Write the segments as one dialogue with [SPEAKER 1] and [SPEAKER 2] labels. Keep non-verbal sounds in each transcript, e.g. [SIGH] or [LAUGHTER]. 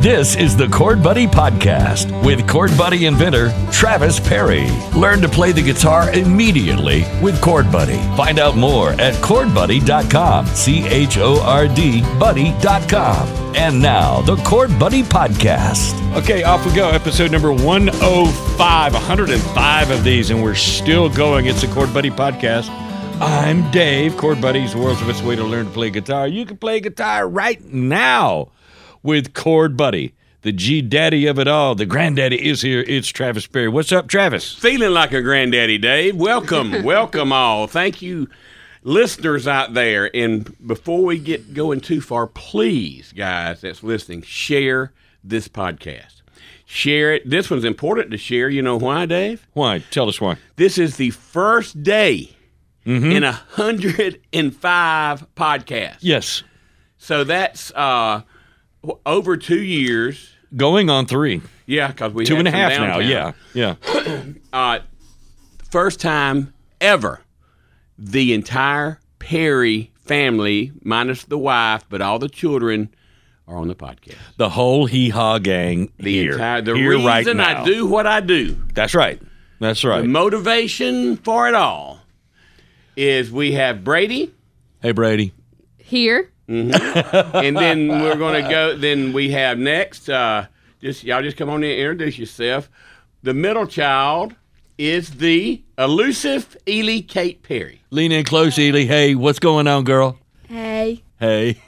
[SPEAKER 1] This is the Chord Buddy Podcast with Chord Buddy inventor Travis Perry. Learn to play the guitar immediately with Chord Buddy. Find out more at chordbuddy.com. C H O R D buddy.com. And now, the Chord Buddy Podcast.
[SPEAKER 2] Okay, off we go. Episode number 105, 105 of these, and we're still going. It's the Chord Buddy Podcast. I'm Dave. Chord Buddy's the world's best way to learn to play guitar. You can play guitar right now with Chord Buddy, the G daddy of it all. The granddaddy is here. It's Travis Perry. What's up, Travis?
[SPEAKER 3] Feeling like a granddaddy, Dave.
[SPEAKER 2] [LAUGHS]
[SPEAKER 3] Welcome, welcome all. Thank you, listeners out there. And before we get going too far, please, guys that's listening, share this podcast. Share it. This one's important to share. You know why, Dave?
[SPEAKER 2] Why? Tell us why.
[SPEAKER 3] This is the first day
[SPEAKER 2] Mm-hmm.
[SPEAKER 3] in a 105 podcasts.
[SPEAKER 2] Yes,
[SPEAKER 3] So that's uh, w- over two years.
[SPEAKER 2] going on three,
[SPEAKER 3] Yeah, because we
[SPEAKER 2] two
[SPEAKER 3] had
[SPEAKER 2] and a
[SPEAKER 3] some
[SPEAKER 2] half now.
[SPEAKER 3] downtime.
[SPEAKER 2] Yeah, yeah.
[SPEAKER 3] uh, first time ever the entire Perry family, minus the wife, but all the children are on the podcast.
[SPEAKER 2] The whole hee haw gang
[SPEAKER 3] The
[SPEAKER 2] here.
[SPEAKER 3] entire the
[SPEAKER 2] here
[SPEAKER 3] reason
[SPEAKER 2] right now.
[SPEAKER 3] I do what I do,
[SPEAKER 2] That's right. That's
[SPEAKER 3] the
[SPEAKER 2] right.
[SPEAKER 3] motivation for it all, is we have Brady,
[SPEAKER 2] Hey, Brady.
[SPEAKER 4] here.
[SPEAKER 3] and then we're
[SPEAKER 2] [LAUGHS]
[SPEAKER 3] gonna go. Then we have next. Uh, just y'all, just come on in and introduce yourself. The middle child is the elusive Ely
[SPEAKER 2] [LAUGHS]
[SPEAKER 3] Kate Perry.
[SPEAKER 2] Lean in close, Ely. Hey, what's going on, girl?
[SPEAKER 4] Hey.
[SPEAKER 2] Hey.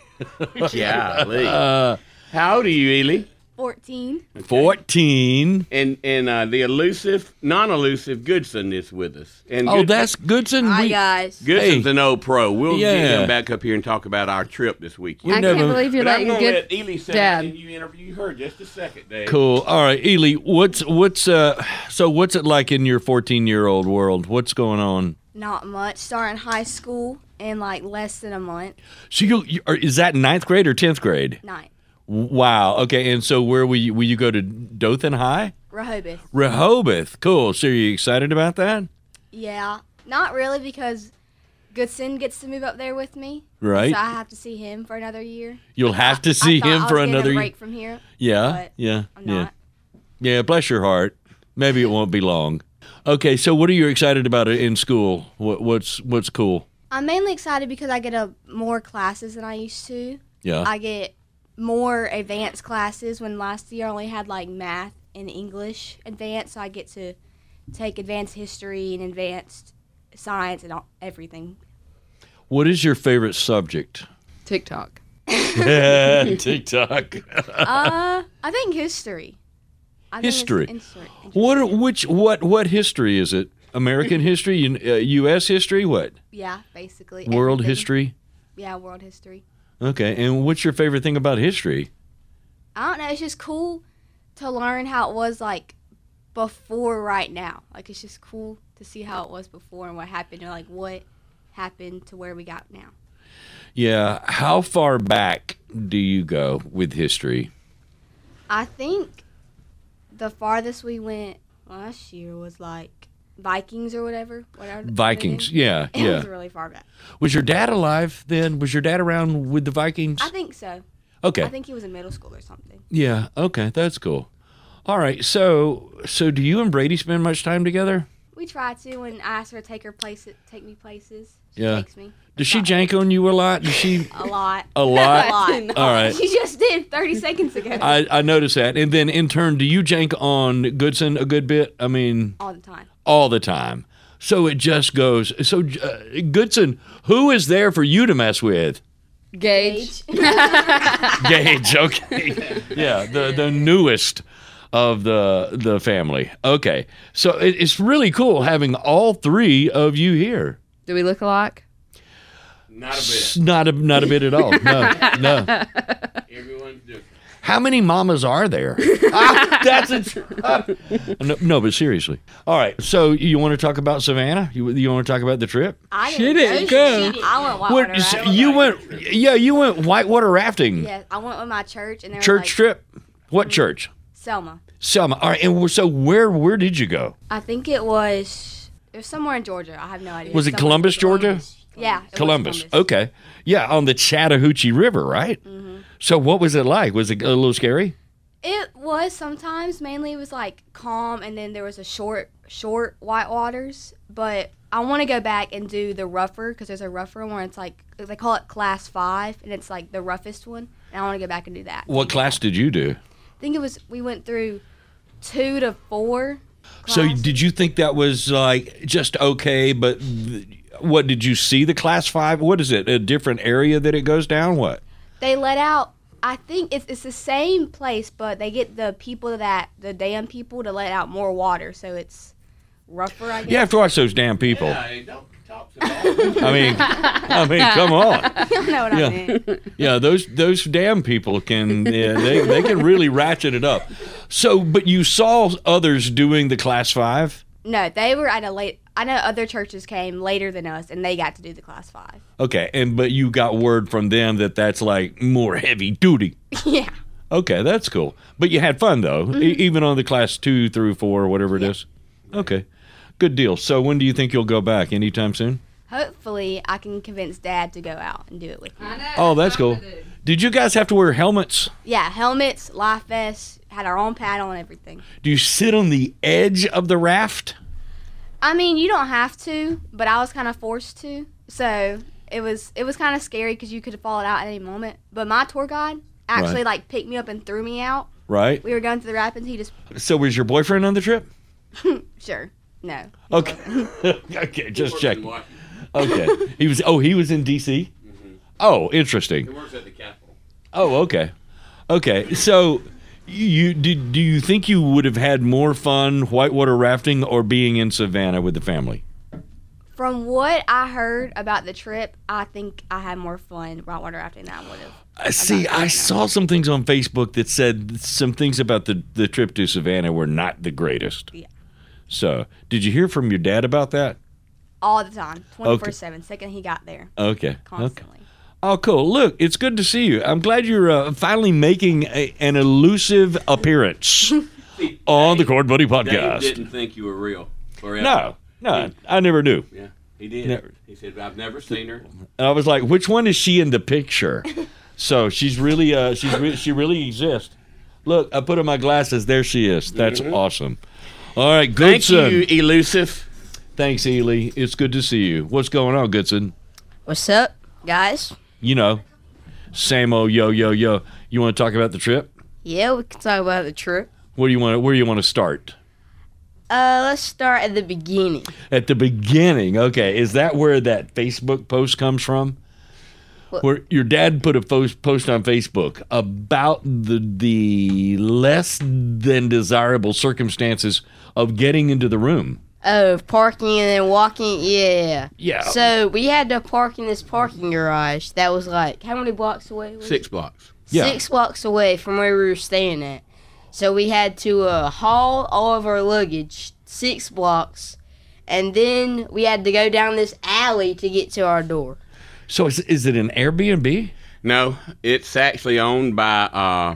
[SPEAKER 3] Golly. How old are you, Ely?
[SPEAKER 4] 14.
[SPEAKER 2] 14.
[SPEAKER 3] And and uh, the elusive, non-elusive Goodson is with us. And
[SPEAKER 2] Oh,
[SPEAKER 3] Good-
[SPEAKER 2] that's Goodson.
[SPEAKER 4] Hi,
[SPEAKER 2] We-
[SPEAKER 4] guys.
[SPEAKER 3] Goodson's an old pro. We'll
[SPEAKER 2] Yeah.
[SPEAKER 3] get him back up here and talk about our trip this weekend.
[SPEAKER 4] I
[SPEAKER 2] never-
[SPEAKER 4] can't believe you're
[SPEAKER 3] but I'm
[SPEAKER 4] letting
[SPEAKER 3] gonna
[SPEAKER 4] good
[SPEAKER 3] let Ely sit
[SPEAKER 4] dad.
[SPEAKER 3] and you interview her just a second, Dave.
[SPEAKER 2] Cool. All right, Ely, what's what's uh so what's it like in your 14-year-old world? What's going on?
[SPEAKER 5] Not much. Starting high school in like less than a month.
[SPEAKER 2] So you, you are, is that ninth grade or 10th grade?
[SPEAKER 5] Nine.
[SPEAKER 2] Wow. Okay. And so where will you, will you go to Dothan High?
[SPEAKER 5] Rehoboth.
[SPEAKER 2] Rehoboth. Cool. So are you excited about that?
[SPEAKER 5] Yeah. Not really because Goodson gets to move up there with me.
[SPEAKER 2] Right.
[SPEAKER 5] So I have to see him for another year.
[SPEAKER 2] You'll have to see
[SPEAKER 5] I thought
[SPEAKER 2] him
[SPEAKER 5] I
[SPEAKER 2] for
[SPEAKER 5] was getting
[SPEAKER 2] another
[SPEAKER 5] a
[SPEAKER 2] year.
[SPEAKER 5] break from here.
[SPEAKER 2] Yeah.
[SPEAKER 5] but
[SPEAKER 2] Yeah.
[SPEAKER 5] I'm
[SPEAKER 2] Yeah.
[SPEAKER 5] not.
[SPEAKER 2] Yeah, bless your heart. Maybe it won't be long. Okay, so what are you excited about in school? What, what's what's cool?
[SPEAKER 5] I'm mainly excited because I get a, more classes than I used to.
[SPEAKER 2] Yeah.
[SPEAKER 5] I get more advanced classes when last year I only had like math and English advanced, so I get to take advanced history and advanced science and all, everything.
[SPEAKER 2] what is your favorite subject?
[SPEAKER 4] TikTok.
[SPEAKER 2] TikTok.
[SPEAKER 5] Uh, I think history. I think it's
[SPEAKER 2] History.
[SPEAKER 5] inter-
[SPEAKER 2] What?
[SPEAKER 5] interesting.
[SPEAKER 2] Which? What? What history is it? American history, Un- uh, U.S. history, what?
[SPEAKER 5] Yeah, basically.
[SPEAKER 2] World
[SPEAKER 5] everything.
[SPEAKER 2] history.
[SPEAKER 5] Yeah, world history.
[SPEAKER 2] Okay, and what's your favorite thing about history?
[SPEAKER 5] I don't know. It's just cool to learn how it was like before right now. Like it's just cool to see how it was before and what happened and like what happened to where we got now.
[SPEAKER 2] Yeah, how far back do you go with history?
[SPEAKER 5] I think the farthest we went last year was like Vikings or whatever. whatever the-
[SPEAKER 2] Vikings.
[SPEAKER 5] It
[SPEAKER 2] Yeah, yeah.
[SPEAKER 5] was really far back.
[SPEAKER 2] Was your dad alive then? Was your dad around with the Vikings?
[SPEAKER 5] I think so.
[SPEAKER 2] Okay.
[SPEAKER 5] I think he was in middle school or something.
[SPEAKER 2] Yeah. Okay, that's cool. All right. So, so do you and Brady spend much time together?
[SPEAKER 5] We try to, and I ask her to take her place, take me places. She
[SPEAKER 2] Yeah.
[SPEAKER 5] takes me
[SPEAKER 2] Does she jank on you a lot? Does
[SPEAKER 5] [LAUGHS]
[SPEAKER 2] she?
[SPEAKER 5] a lot.
[SPEAKER 2] A lot?
[SPEAKER 5] [LAUGHS] a lot.
[SPEAKER 2] All right.
[SPEAKER 5] She just did 30 seconds ago.
[SPEAKER 2] I, I noticed that. And then in turn, do you jank on Goodson a good bit? I mean,
[SPEAKER 5] all the time.
[SPEAKER 2] all the time. So it just goes. So uh, Goodson, who is there for you to mess with?
[SPEAKER 4] Gage.
[SPEAKER 2] Gage. Okay. yeah, the the newest of the the family. Okay. So it, it's really cool having all three of you here.
[SPEAKER 4] Do we look alike?
[SPEAKER 3] Not a
[SPEAKER 2] It's not a not a bit at all. No, no.
[SPEAKER 3] bit. Everyone's different.
[SPEAKER 2] How many mamas are
[SPEAKER 5] [LAUGHS]
[SPEAKER 2] there? Ah, that's a tr- ah. no, no, but seriously. All right. So you want to talk about Savannah? You, you want to talk about the trip?
[SPEAKER 5] I
[SPEAKER 2] She didn't
[SPEAKER 5] go.
[SPEAKER 2] go.
[SPEAKER 5] I went whitewater
[SPEAKER 2] What
[SPEAKER 5] rafting.
[SPEAKER 2] so you went? Yeah, you went whitewater rafting.
[SPEAKER 5] Yes, I went with my church and they were
[SPEAKER 2] Church
[SPEAKER 5] like,
[SPEAKER 2] trip. What church?
[SPEAKER 5] Selma.
[SPEAKER 2] Selma. All right. And so where where did you go?
[SPEAKER 5] I think it was it was somewhere in Georgia. I have no idea.
[SPEAKER 2] Was it
[SPEAKER 5] Somewhere-
[SPEAKER 2] Columbus, Georgia?
[SPEAKER 5] Yeah. it was
[SPEAKER 2] Columbus. Okay.
[SPEAKER 5] Mm-hmm.
[SPEAKER 2] Yeah, on the Chattahoochee River, right? So what was it like? Was it a little scary?
[SPEAKER 5] It was sometimes. Mainly, it was like calm, and then there was a short, short white waters. But I want to go back and do the rougher because there's a rougher one. It's like they call it class five, and it's like the roughest one. And I want to go back and do that.
[SPEAKER 2] What class did you do?
[SPEAKER 5] I think it was we went through two to four.
[SPEAKER 2] So
[SPEAKER 5] class.
[SPEAKER 2] did you think that was like just okay? But th- what did you see the class five? What is it? A different area that it goes down? What?
[SPEAKER 5] they let out i think it's, it's the same place but they get the people that the dam people to let out more water so it's rougher i guess [LAUGHS]
[SPEAKER 2] You have to watch those damn people.
[SPEAKER 3] don't talk
[SPEAKER 2] [LAUGHS]
[SPEAKER 3] to
[SPEAKER 2] I mean, I mean, come on.
[SPEAKER 5] you know what
[SPEAKER 2] Yeah.
[SPEAKER 5] i mean
[SPEAKER 2] Yeah, those those damn people can yeah, they they can really ratchet it up. So, but you saw others doing the class five.
[SPEAKER 5] no they were at a late i know other churches came later than us and they got to do the class five
[SPEAKER 2] Okay, and but you got word from them that that's like more heavy duty.
[SPEAKER 5] yeah
[SPEAKER 2] Okay, that's cool. But you had fun though, e- even on the class two through four or whatever it is. Okay, good deal. So when do you think you'll go back? Anytime soon?
[SPEAKER 5] hopefully i can convince dad to go out and do it with me
[SPEAKER 2] Oh, that's cool. Did you guys have to wear helmets?
[SPEAKER 5] yeah helmets life vests had our own paddle and everything
[SPEAKER 2] Do you sit on the edge of the raft?
[SPEAKER 5] I mean, you don't have to, but I was kind of forced to. So it was it was kind of scary because you could have fallen out at any moment. But my tour guide actually
[SPEAKER 2] Right.
[SPEAKER 5] like picked me up and threw me out.
[SPEAKER 2] Right.
[SPEAKER 5] We were going through the rapids. He just
[SPEAKER 2] So was your boyfriend on the trip?
[SPEAKER 5] sure no.
[SPEAKER 2] Okay. [LAUGHS] okay, just check.
[SPEAKER 3] He
[SPEAKER 2] Okay. He was oh, he was in DC? Oh, interesting.
[SPEAKER 3] works at the Capitol.
[SPEAKER 2] Oh, okay. Okay. So you did do you think you would have had more fun whitewater rafting or being in Savannah with the family?
[SPEAKER 5] From what I heard about the trip, I think I had more fun whitewater rafting than I would have.
[SPEAKER 2] I see, I saw some things on Facebook that said some things about the, the trip to Savannah were not the greatest.
[SPEAKER 5] Yeah.
[SPEAKER 2] So, did you hear from your dad about that?
[SPEAKER 5] All the time, twenty four seven. Second he got there,
[SPEAKER 2] Okay. Okay.
[SPEAKER 5] constantly.
[SPEAKER 2] Oh, cool. Look, it's good to see you. I'm glad you're uh, finally making a, an elusive
[SPEAKER 5] [LAUGHS]
[SPEAKER 2] appearance on the Cord Buddy
[SPEAKER 3] Dave
[SPEAKER 2] podcast.
[SPEAKER 3] didn't think you were real. Forever.
[SPEAKER 2] No, no, I never knew.
[SPEAKER 3] Yeah, he did.
[SPEAKER 2] Never.
[SPEAKER 3] He said, "I've never seen her."
[SPEAKER 2] And I was like, which one is she in the [LAUGHS] picture? So she's really, uh, she's re- she really exists. Look, I put on my glasses. There she is. That's awesome. All right,
[SPEAKER 3] Thank
[SPEAKER 2] Goodson.
[SPEAKER 3] you, elusive.
[SPEAKER 2] Thanks, Ely. It's good to see you. What's going on, Goodson?
[SPEAKER 6] What's up, guys?
[SPEAKER 2] You know, same old yo yo yo. You want to talk about the trip?
[SPEAKER 6] Yeah, we can talk about the trip.
[SPEAKER 2] What do you want? To, where do you want to start?
[SPEAKER 6] Uh, let's start at the beginning.
[SPEAKER 2] At the beginning, okay, is that where that Facebook post comes from?
[SPEAKER 6] What?
[SPEAKER 2] Where your dad put a fo- post on Facebook about the the less than desirable circumstances of getting into the room.
[SPEAKER 6] Oh, parking and then walking. Yeah.
[SPEAKER 2] Yeah.
[SPEAKER 6] So we had to park in this parking garage that was like how many blocks away? Was it?
[SPEAKER 3] Six blocks.
[SPEAKER 2] Yeah.
[SPEAKER 6] Six blocks away from where we were staying at. So we had to uh, haul all of our luggage six blocks, and then we had to go down this alley to get to our door. [LAUGHS]
[SPEAKER 2] So is, is it an Airbnb?
[SPEAKER 3] No, it's actually owned by uh,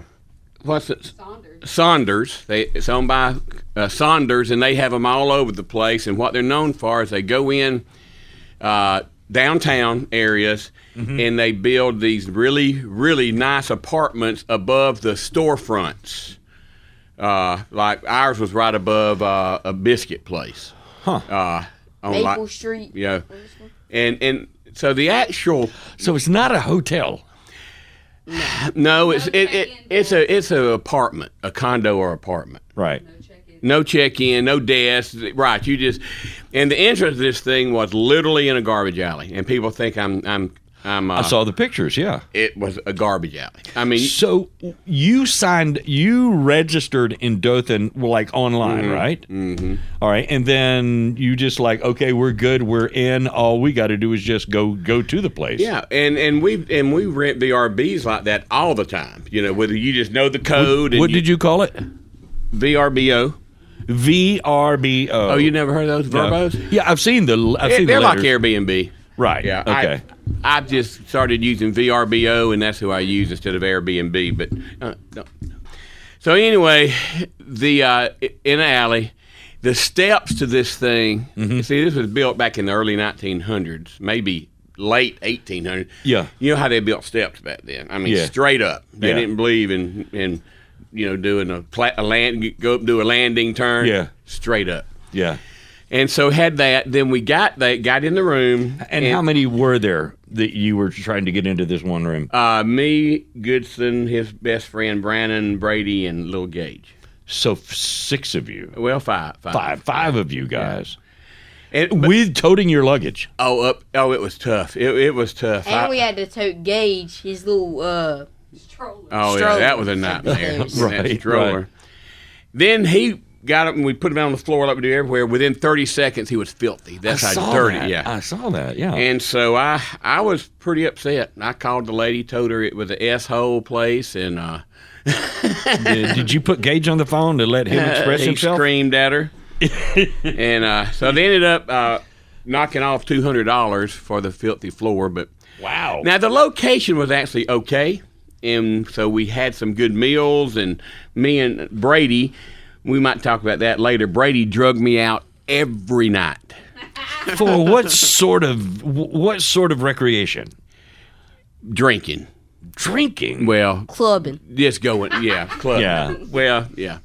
[SPEAKER 3] what's it? Saunders. Saunders. They, it's owned by uh, Saunders, and they have them all over the place. And what they're known for is they go in uh, downtown areas and they build these really, really nice apartments above the storefronts. Uh, like ours was right above uh, a biscuit place. Huh. Uh, on like-
[SPEAKER 6] Maple Street.
[SPEAKER 3] Yeah. And and so the actual
[SPEAKER 2] So it's not a hotel.
[SPEAKER 3] No, it's it, it it's a it's a apartment, a condo or apartment.
[SPEAKER 2] Right.
[SPEAKER 3] No check in, no desk. Right, you just and the entrance to this thing was literally in a garbage alley, and people think I'm I'm I'm. Uh,
[SPEAKER 2] I saw the pictures, yeah.
[SPEAKER 3] it was a garbage alley. I mean,
[SPEAKER 2] So you signed, you registered in Dothan like online, right? Mm-hmm. right, and then you just like, okay, we're good, we're in. All we got to do is just go go to the place.
[SPEAKER 3] yeah, and and we and we rent VRBs like that all the time. You know, whether you just know the code.
[SPEAKER 2] What
[SPEAKER 3] and
[SPEAKER 2] did you call it?
[SPEAKER 3] VRBO?
[SPEAKER 2] VRBO.
[SPEAKER 3] Oh, you never heard of those verbos?
[SPEAKER 2] Yeah, I've seen the. I've seen
[SPEAKER 3] They're
[SPEAKER 2] the
[SPEAKER 3] like
[SPEAKER 2] letters.
[SPEAKER 3] Airbnb.
[SPEAKER 2] Right.
[SPEAKER 3] Yeah.
[SPEAKER 2] Okay.
[SPEAKER 3] I, I've just started using VRBO, and that's who I use instead of Airbnb. But uh, no. so anyway, the uh, in the alley, the steps to this thing.
[SPEAKER 2] Mm-hmm.
[SPEAKER 3] See, this was built back in the early 1900s, maybe late 1800s.
[SPEAKER 2] Yeah.
[SPEAKER 3] You know how they built steps back then? I mean,
[SPEAKER 2] Yeah.
[SPEAKER 3] straight up. They
[SPEAKER 2] Yeah.
[SPEAKER 3] didn't believe in in you know, doing a, pla- a land, go up, do a landing turn.
[SPEAKER 2] Yeah.
[SPEAKER 3] Straight up.
[SPEAKER 2] Yeah.
[SPEAKER 3] And so had that. Then we got that, got in the room.
[SPEAKER 2] And how many were there that you were trying to get into this one room?
[SPEAKER 3] Uh, me, Goodson, his best friend Brandon, Brady, and little Gage.
[SPEAKER 2] So f- six of you,
[SPEAKER 3] Well, five, five.
[SPEAKER 2] five, five of you guys,
[SPEAKER 3] And, but-
[SPEAKER 2] with toting your luggage.
[SPEAKER 3] oh, up. Oh, it was tough. It, it was tough.
[SPEAKER 6] And
[SPEAKER 3] I-
[SPEAKER 6] we had to tote Gage
[SPEAKER 3] [LAUGHS]
[SPEAKER 6] his little uh
[SPEAKER 3] oh yeah,
[SPEAKER 6] stroller.
[SPEAKER 3] that was
[SPEAKER 2] [LAUGHS]
[SPEAKER 3] a nightmare.
[SPEAKER 6] Yes.
[SPEAKER 3] That
[SPEAKER 2] Right,
[SPEAKER 3] stroller.
[SPEAKER 2] right.
[SPEAKER 3] Then he got up and we put him on the floor like we do everywhere. Within thirty seconds, he was filthy. That's how dirty.
[SPEAKER 2] that.
[SPEAKER 3] Yeah.
[SPEAKER 2] I saw that. Yeah.
[SPEAKER 3] and so I, I was pretty upset. I called the lady, told her it was an s hole place, and uh,
[SPEAKER 2] did, Uh, did you put Gage on the phone to let him express
[SPEAKER 3] [LAUGHS] he
[SPEAKER 2] himself?
[SPEAKER 3] screamed
[SPEAKER 2] [LAUGHS]
[SPEAKER 3] at her, and uh, so they ended up uh, knocking off two hundred dollars for the filthy floor. But
[SPEAKER 2] Wow.
[SPEAKER 3] now the location was actually okay, and so we had some good meals. And me and Brady, we might talk about that later. Brady drug me out every night.
[SPEAKER 2] For what sort of wh- what sort of recreation?
[SPEAKER 3] Drinking,
[SPEAKER 2] Drinking.
[SPEAKER 3] well,
[SPEAKER 6] clubbing.
[SPEAKER 3] just going, yeah, club.
[SPEAKER 2] Yeah.
[SPEAKER 3] Well, yeah.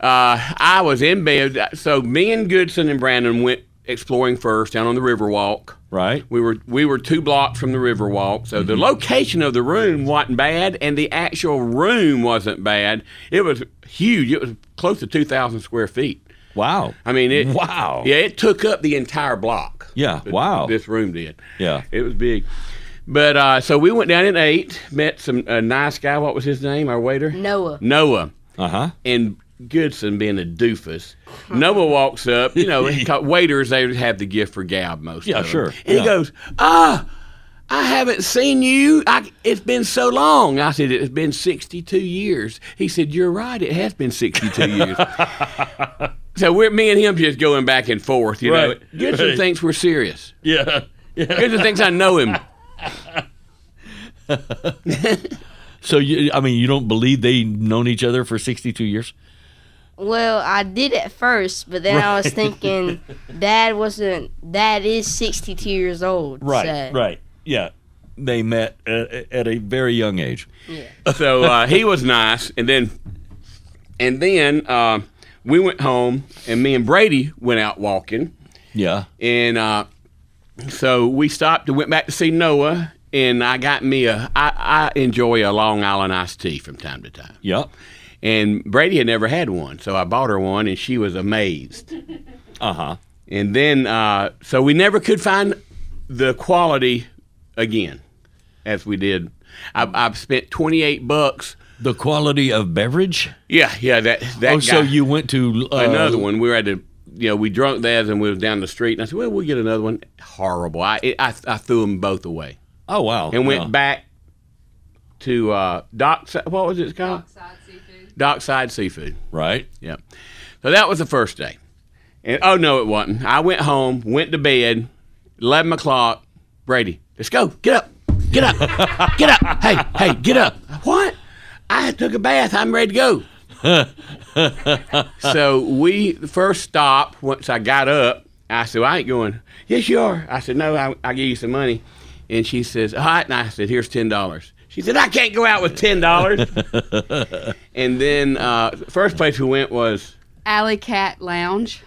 [SPEAKER 3] Uh, I was in bed, so me and Goodson and Brandon went exploring first down on the Riverwalk.
[SPEAKER 2] Right.
[SPEAKER 3] We were we were two blocks from the Riverwalk, so
[SPEAKER 2] Mm-hmm.
[SPEAKER 3] the location of the room wasn't bad, and the actual room wasn't bad. It was huge. It was close to two thousand square feet.
[SPEAKER 2] Wow.
[SPEAKER 3] I mean, it
[SPEAKER 2] Wow.
[SPEAKER 3] Yeah, it took up the entire block.
[SPEAKER 2] Yeah,
[SPEAKER 3] Th-
[SPEAKER 2] wow.
[SPEAKER 3] This room did.
[SPEAKER 2] Yeah.
[SPEAKER 3] It was big. But uh, so we went down and ate, met some a nice guy. What was his name? Our waiter.
[SPEAKER 2] Mm-hmm.
[SPEAKER 6] Noah.
[SPEAKER 3] Noah
[SPEAKER 2] Uh huh.
[SPEAKER 3] and Goodson being a doofus, Noah walks up.
[SPEAKER 2] [LAUGHS]
[SPEAKER 3] You know, he ca- waiters they have the gift for gab most.
[SPEAKER 2] Yeah,
[SPEAKER 3] of them.
[SPEAKER 2] sure,
[SPEAKER 3] And
[SPEAKER 2] yeah.
[SPEAKER 3] he goes, ah. I haven't seen you. I, it's been so long. I said, It's been 62 years. He said, You're right. It has been
[SPEAKER 2] [LAUGHS]
[SPEAKER 3] 62 years. so we're me and him just going back and forth. You
[SPEAKER 2] Right,
[SPEAKER 3] know, Goodson
[SPEAKER 2] right.
[SPEAKER 3] thinks we're serious.
[SPEAKER 2] Yeah.
[SPEAKER 3] Goodson thinks I
[SPEAKER 2] [LAUGHS]
[SPEAKER 3] know him.
[SPEAKER 2] So you, I mean, you don't believe they known each other for sixty-two years?
[SPEAKER 6] Well, I did at first, but then I
[SPEAKER 3] [LAUGHS]
[SPEAKER 6] was thinking Dad wasn't Dad is sixty two years old. so-
[SPEAKER 2] Right. Yeah. They met at, at a very young age.
[SPEAKER 3] so uh, he was nice, and then and then uh, we went home, and me and Brady went out walking,
[SPEAKER 2] Yeah.
[SPEAKER 3] and uh, so we stopped and went back to see Noah, and I got me a I, I enjoy a Long Island iced tea from time to time,
[SPEAKER 2] Yep.
[SPEAKER 3] and Brady had never had one, so I bought her one, and she was amazed,
[SPEAKER 2] Uh huh.
[SPEAKER 3] and then uh, so we never could find the quality again, as we did. I, I've spent twenty eight bucks.
[SPEAKER 2] The quality of beverage.
[SPEAKER 3] Yeah, yeah, that that.
[SPEAKER 2] oh, so
[SPEAKER 3] guy.
[SPEAKER 2] you went to uh,
[SPEAKER 3] another one. We were at the, you know, we drunk that and we was down the street. And I said, well, we'll get another one. Horrible. I it, I, I threw them both away
[SPEAKER 2] Oh wow.
[SPEAKER 3] and went
[SPEAKER 2] Yeah.
[SPEAKER 3] back to uh, Dock. What was it called?
[SPEAKER 4] Side seafood.
[SPEAKER 3] Dockside Seafood.
[SPEAKER 2] Right.
[SPEAKER 3] Yeah. So that was the first day. And oh no, it wasn't. I went home, went to bed, eleven o'clock. Brady, let's go. Get up. Get up. Get up. [LAUGHS] Hey, hey, get up. What? I took a bath. I'm ready to go. so we the first stop. Once I got up, I said, well, "I ain't going." Yes, you are. I said, "No, I, I give you some money." And she says, "All right." And I said, "Here's ten dollars." She said, "I can't go out with ten dollars." and then uh, first place we went was
[SPEAKER 4] Alley Cat Lounge.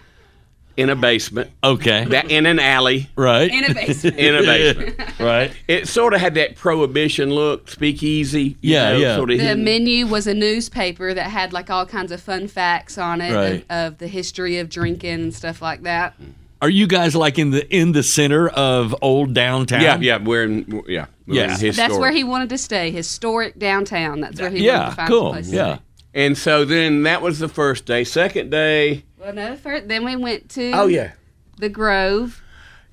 [SPEAKER 3] in a basement,
[SPEAKER 2] Okay.
[SPEAKER 3] that in an alley,
[SPEAKER 2] right.
[SPEAKER 4] In a basement.
[SPEAKER 3] in
[SPEAKER 2] [LAUGHS]
[SPEAKER 3] a basement.
[SPEAKER 2] right.
[SPEAKER 3] It sort of had that prohibition look, speakeasy. you
[SPEAKER 2] Yeah,
[SPEAKER 3] know,
[SPEAKER 2] yeah.
[SPEAKER 3] Sort of
[SPEAKER 4] [LAUGHS] The
[SPEAKER 3] hidden.
[SPEAKER 4] menu was a newspaper that had like all kinds of fun facts on it
[SPEAKER 2] Right.
[SPEAKER 4] of, of the history of drinking and stuff like that.
[SPEAKER 2] Are you guys like in the in the center of old downtown?
[SPEAKER 3] yeah, yeah. We're in, yeah, we're
[SPEAKER 2] Yeah.
[SPEAKER 3] in his
[SPEAKER 4] That's
[SPEAKER 3] store.
[SPEAKER 4] where he wanted to stay, historic downtown. That's where he wanted to
[SPEAKER 2] Yeah.
[SPEAKER 4] find a
[SPEAKER 2] Cool.
[SPEAKER 4] place. to
[SPEAKER 2] Yeah.
[SPEAKER 4] stay.
[SPEAKER 3] And so then that was the first day. Second day,
[SPEAKER 4] Well, no, first, then we went to
[SPEAKER 3] oh yeah.
[SPEAKER 4] the Grove.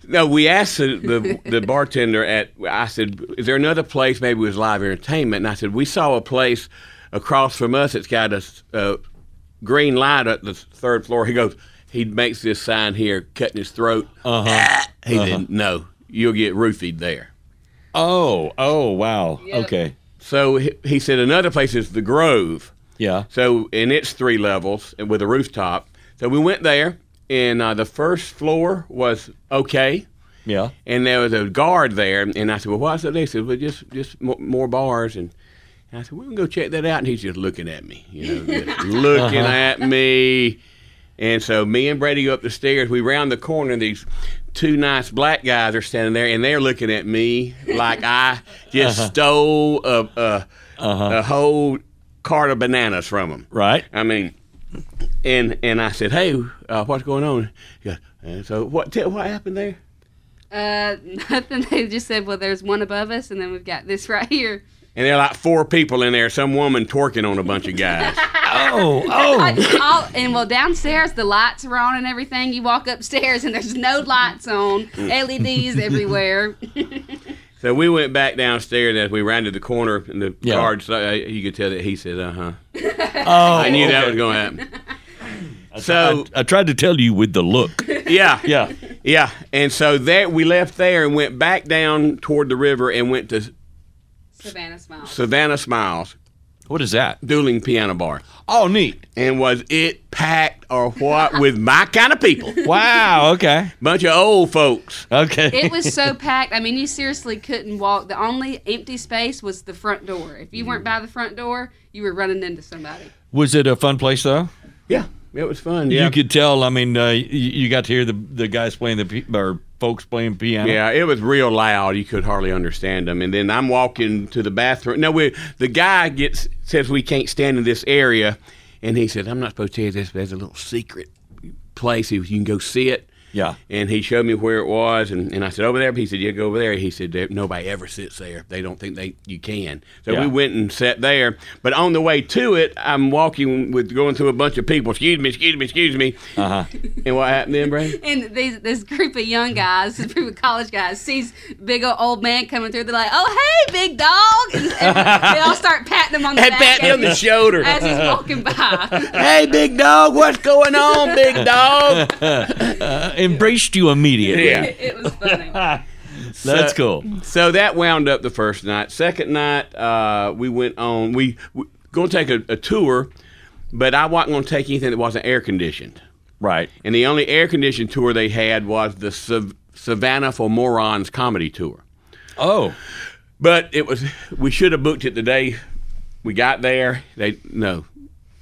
[SPEAKER 3] No, we asked the, the the bartender at. I said, "Is there another place? Maybe it was live entertainment." And I said, "We saw a place across from us. It's got a s- a green light at the third floor." He goes, he makes this sign here, cutting his throat. Uh-huh. He said, "No, you'll get roofied there."
[SPEAKER 2] Oh. Oh. Wow. Okay.
[SPEAKER 3] So he, he said, "Another place is the Grove."
[SPEAKER 2] Yeah.
[SPEAKER 3] So, and it's three levels and with a rooftop. So we went there, and uh, the first floor was okay.
[SPEAKER 2] Yeah.
[SPEAKER 3] and there was a guard there, and I said, "Well, why is that?" They said, "Well, just just mo- more bars." And And I said, we're going to go check that out. And he's just looking at me, you know, just looking at me. And so me and Brady go up the stairs. We round the corner. and These two nice black guys are standing there, and they're looking at me like I just stole a, a, a whole cart of bananas from them.
[SPEAKER 2] Right.
[SPEAKER 3] I mean, and and I said, "Hey, uh, what's going on?" He goes, "Uh, so what? Tell what happened there?
[SPEAKER 4] Uh, [LAUGHS] nothing. They just said, well, there's one above us, and then we've got this [LAUGHS] right here.
[SPEAKER 3] And there are like four people in there. Some woman twerking on a bunch of guys.
[SPEAKER 2] Oh, oh.
[SPEAKER 4] [LAUGHS] All, and well, downstairs the lights are on and everything. You walk upstairs and there's no lights on,
[SPEAKER 3] [LAUGHS]
[SPEAKER 4] LEDs everywhere.
[SPEAKER 3] so we went back downstairs as we rounded the corner, and the
[SPEAKER 2] Yeah.
[SPEAKER 3] guard. So, uh, you could tell that he said, "Uh huh."
[SPEAKER 2] Oh,
[SPEAKER 3] I knew that was going to happen. So
[SPEAKER 2] I tried to tell you with the look.
[SPEAKER 3] yeah,
[SPEAKER 2] Yeah.
[SPEAKER 3] yeah, and so there we left there and went back down toward the river and went to
[SPEAKER 4] Savannah smiles.
[SPEAKER 3] Savannah Smiles
[SPEAKER 2] What is
[SPEAKER 3] [LAUGHS]
[SPEAKER 2] that?
[SPEAKER 3] Dueling Piano Bar,
[SPEAKER 2] Oh, neat.
[SPEAKER 3] and was it packed or what with my kind of people?
[SPEAKER 2] Wow. Okay.
[SPEAKER 3] bunch of old folks.
[SPEAKER 2] Okay.
[SPEAKER 4] It was so packed. I mean, you seriously couldn't walk. The only empty space was the front door. If you weren't by the front door, you were running into somebody.
[SPEAKER 2] was it a fun place though?
[SPEAKER 3] Yeah, it was fun. Yeah,
[SPEAKER 2] You could tell. I mean, uh, you, you got to hear the the guys playing the pi- or folks playing piano.
[SPEAKER 3] yeah, it was real loud. You could hardly understand them. And then I'm walking to the bathroom. No, we, the guy gets says we can't stand in this area, and he said I'm not supposed to tell you this, but there's a little secret place if you can go see it.
[SPEAKER 2] Yeah.
[SPEAKER 3] And he showed me where it was, and, and I said over there. He said, "Yeah, go over there." He said, "There- "Nobody ever sits there. They don't think they you can." So
[SPEAKER 2] Yeah.
[SPEAKER 3] we went and sat there. But on the way to it, I'm walking with going through a bunch of people. Excuse me, excuse me, excuse me. Uh-huh. And what happened then, Brad?
[SPEAKER 4] And these, this group of young guys, this group of college guys, sees big old, old man coming through. They're like, "Oh, hey, big dog!" And,
[SPEAKER 3] [LAUGHS]
[SPEAKER 4] and they all start patting him on the
[SPEAKER 3] and pat
[SPEAKER 4] back
[SPEAKER 3] him on the
[SPEAKER 4] as,
[SPEAKER 3] shoulder.
[SPEAKER 4] as he's walking by. [LAUGHS]
[SPEAKER 3] hey, big dog, what's going on,
[SPEAKER 2] [LAUGHS]
[SPEAKER 3] big dog?
[SPEAKER 2] Uh, embraced you immediately.
[SPEAKER 3] Yeah.
[SPEAKER 4] It was funny.
[SPEAKER 2] That's cool.
[SPEAKER 3] So that wound up the first night. Second night, uh, we went on. We, we going to take a, a tour, but I wasn't going to take anything that wasn't air conditioned.
[SPEAKER 2] Right.
[SPEAKER 3] And the only air conditioned tour they had was the Sav- Savannah for Morons comedy tour.
[SPEAKER 2] Oh.
[SPEAKER 3] But it was we should have booked it the day we got there. They no,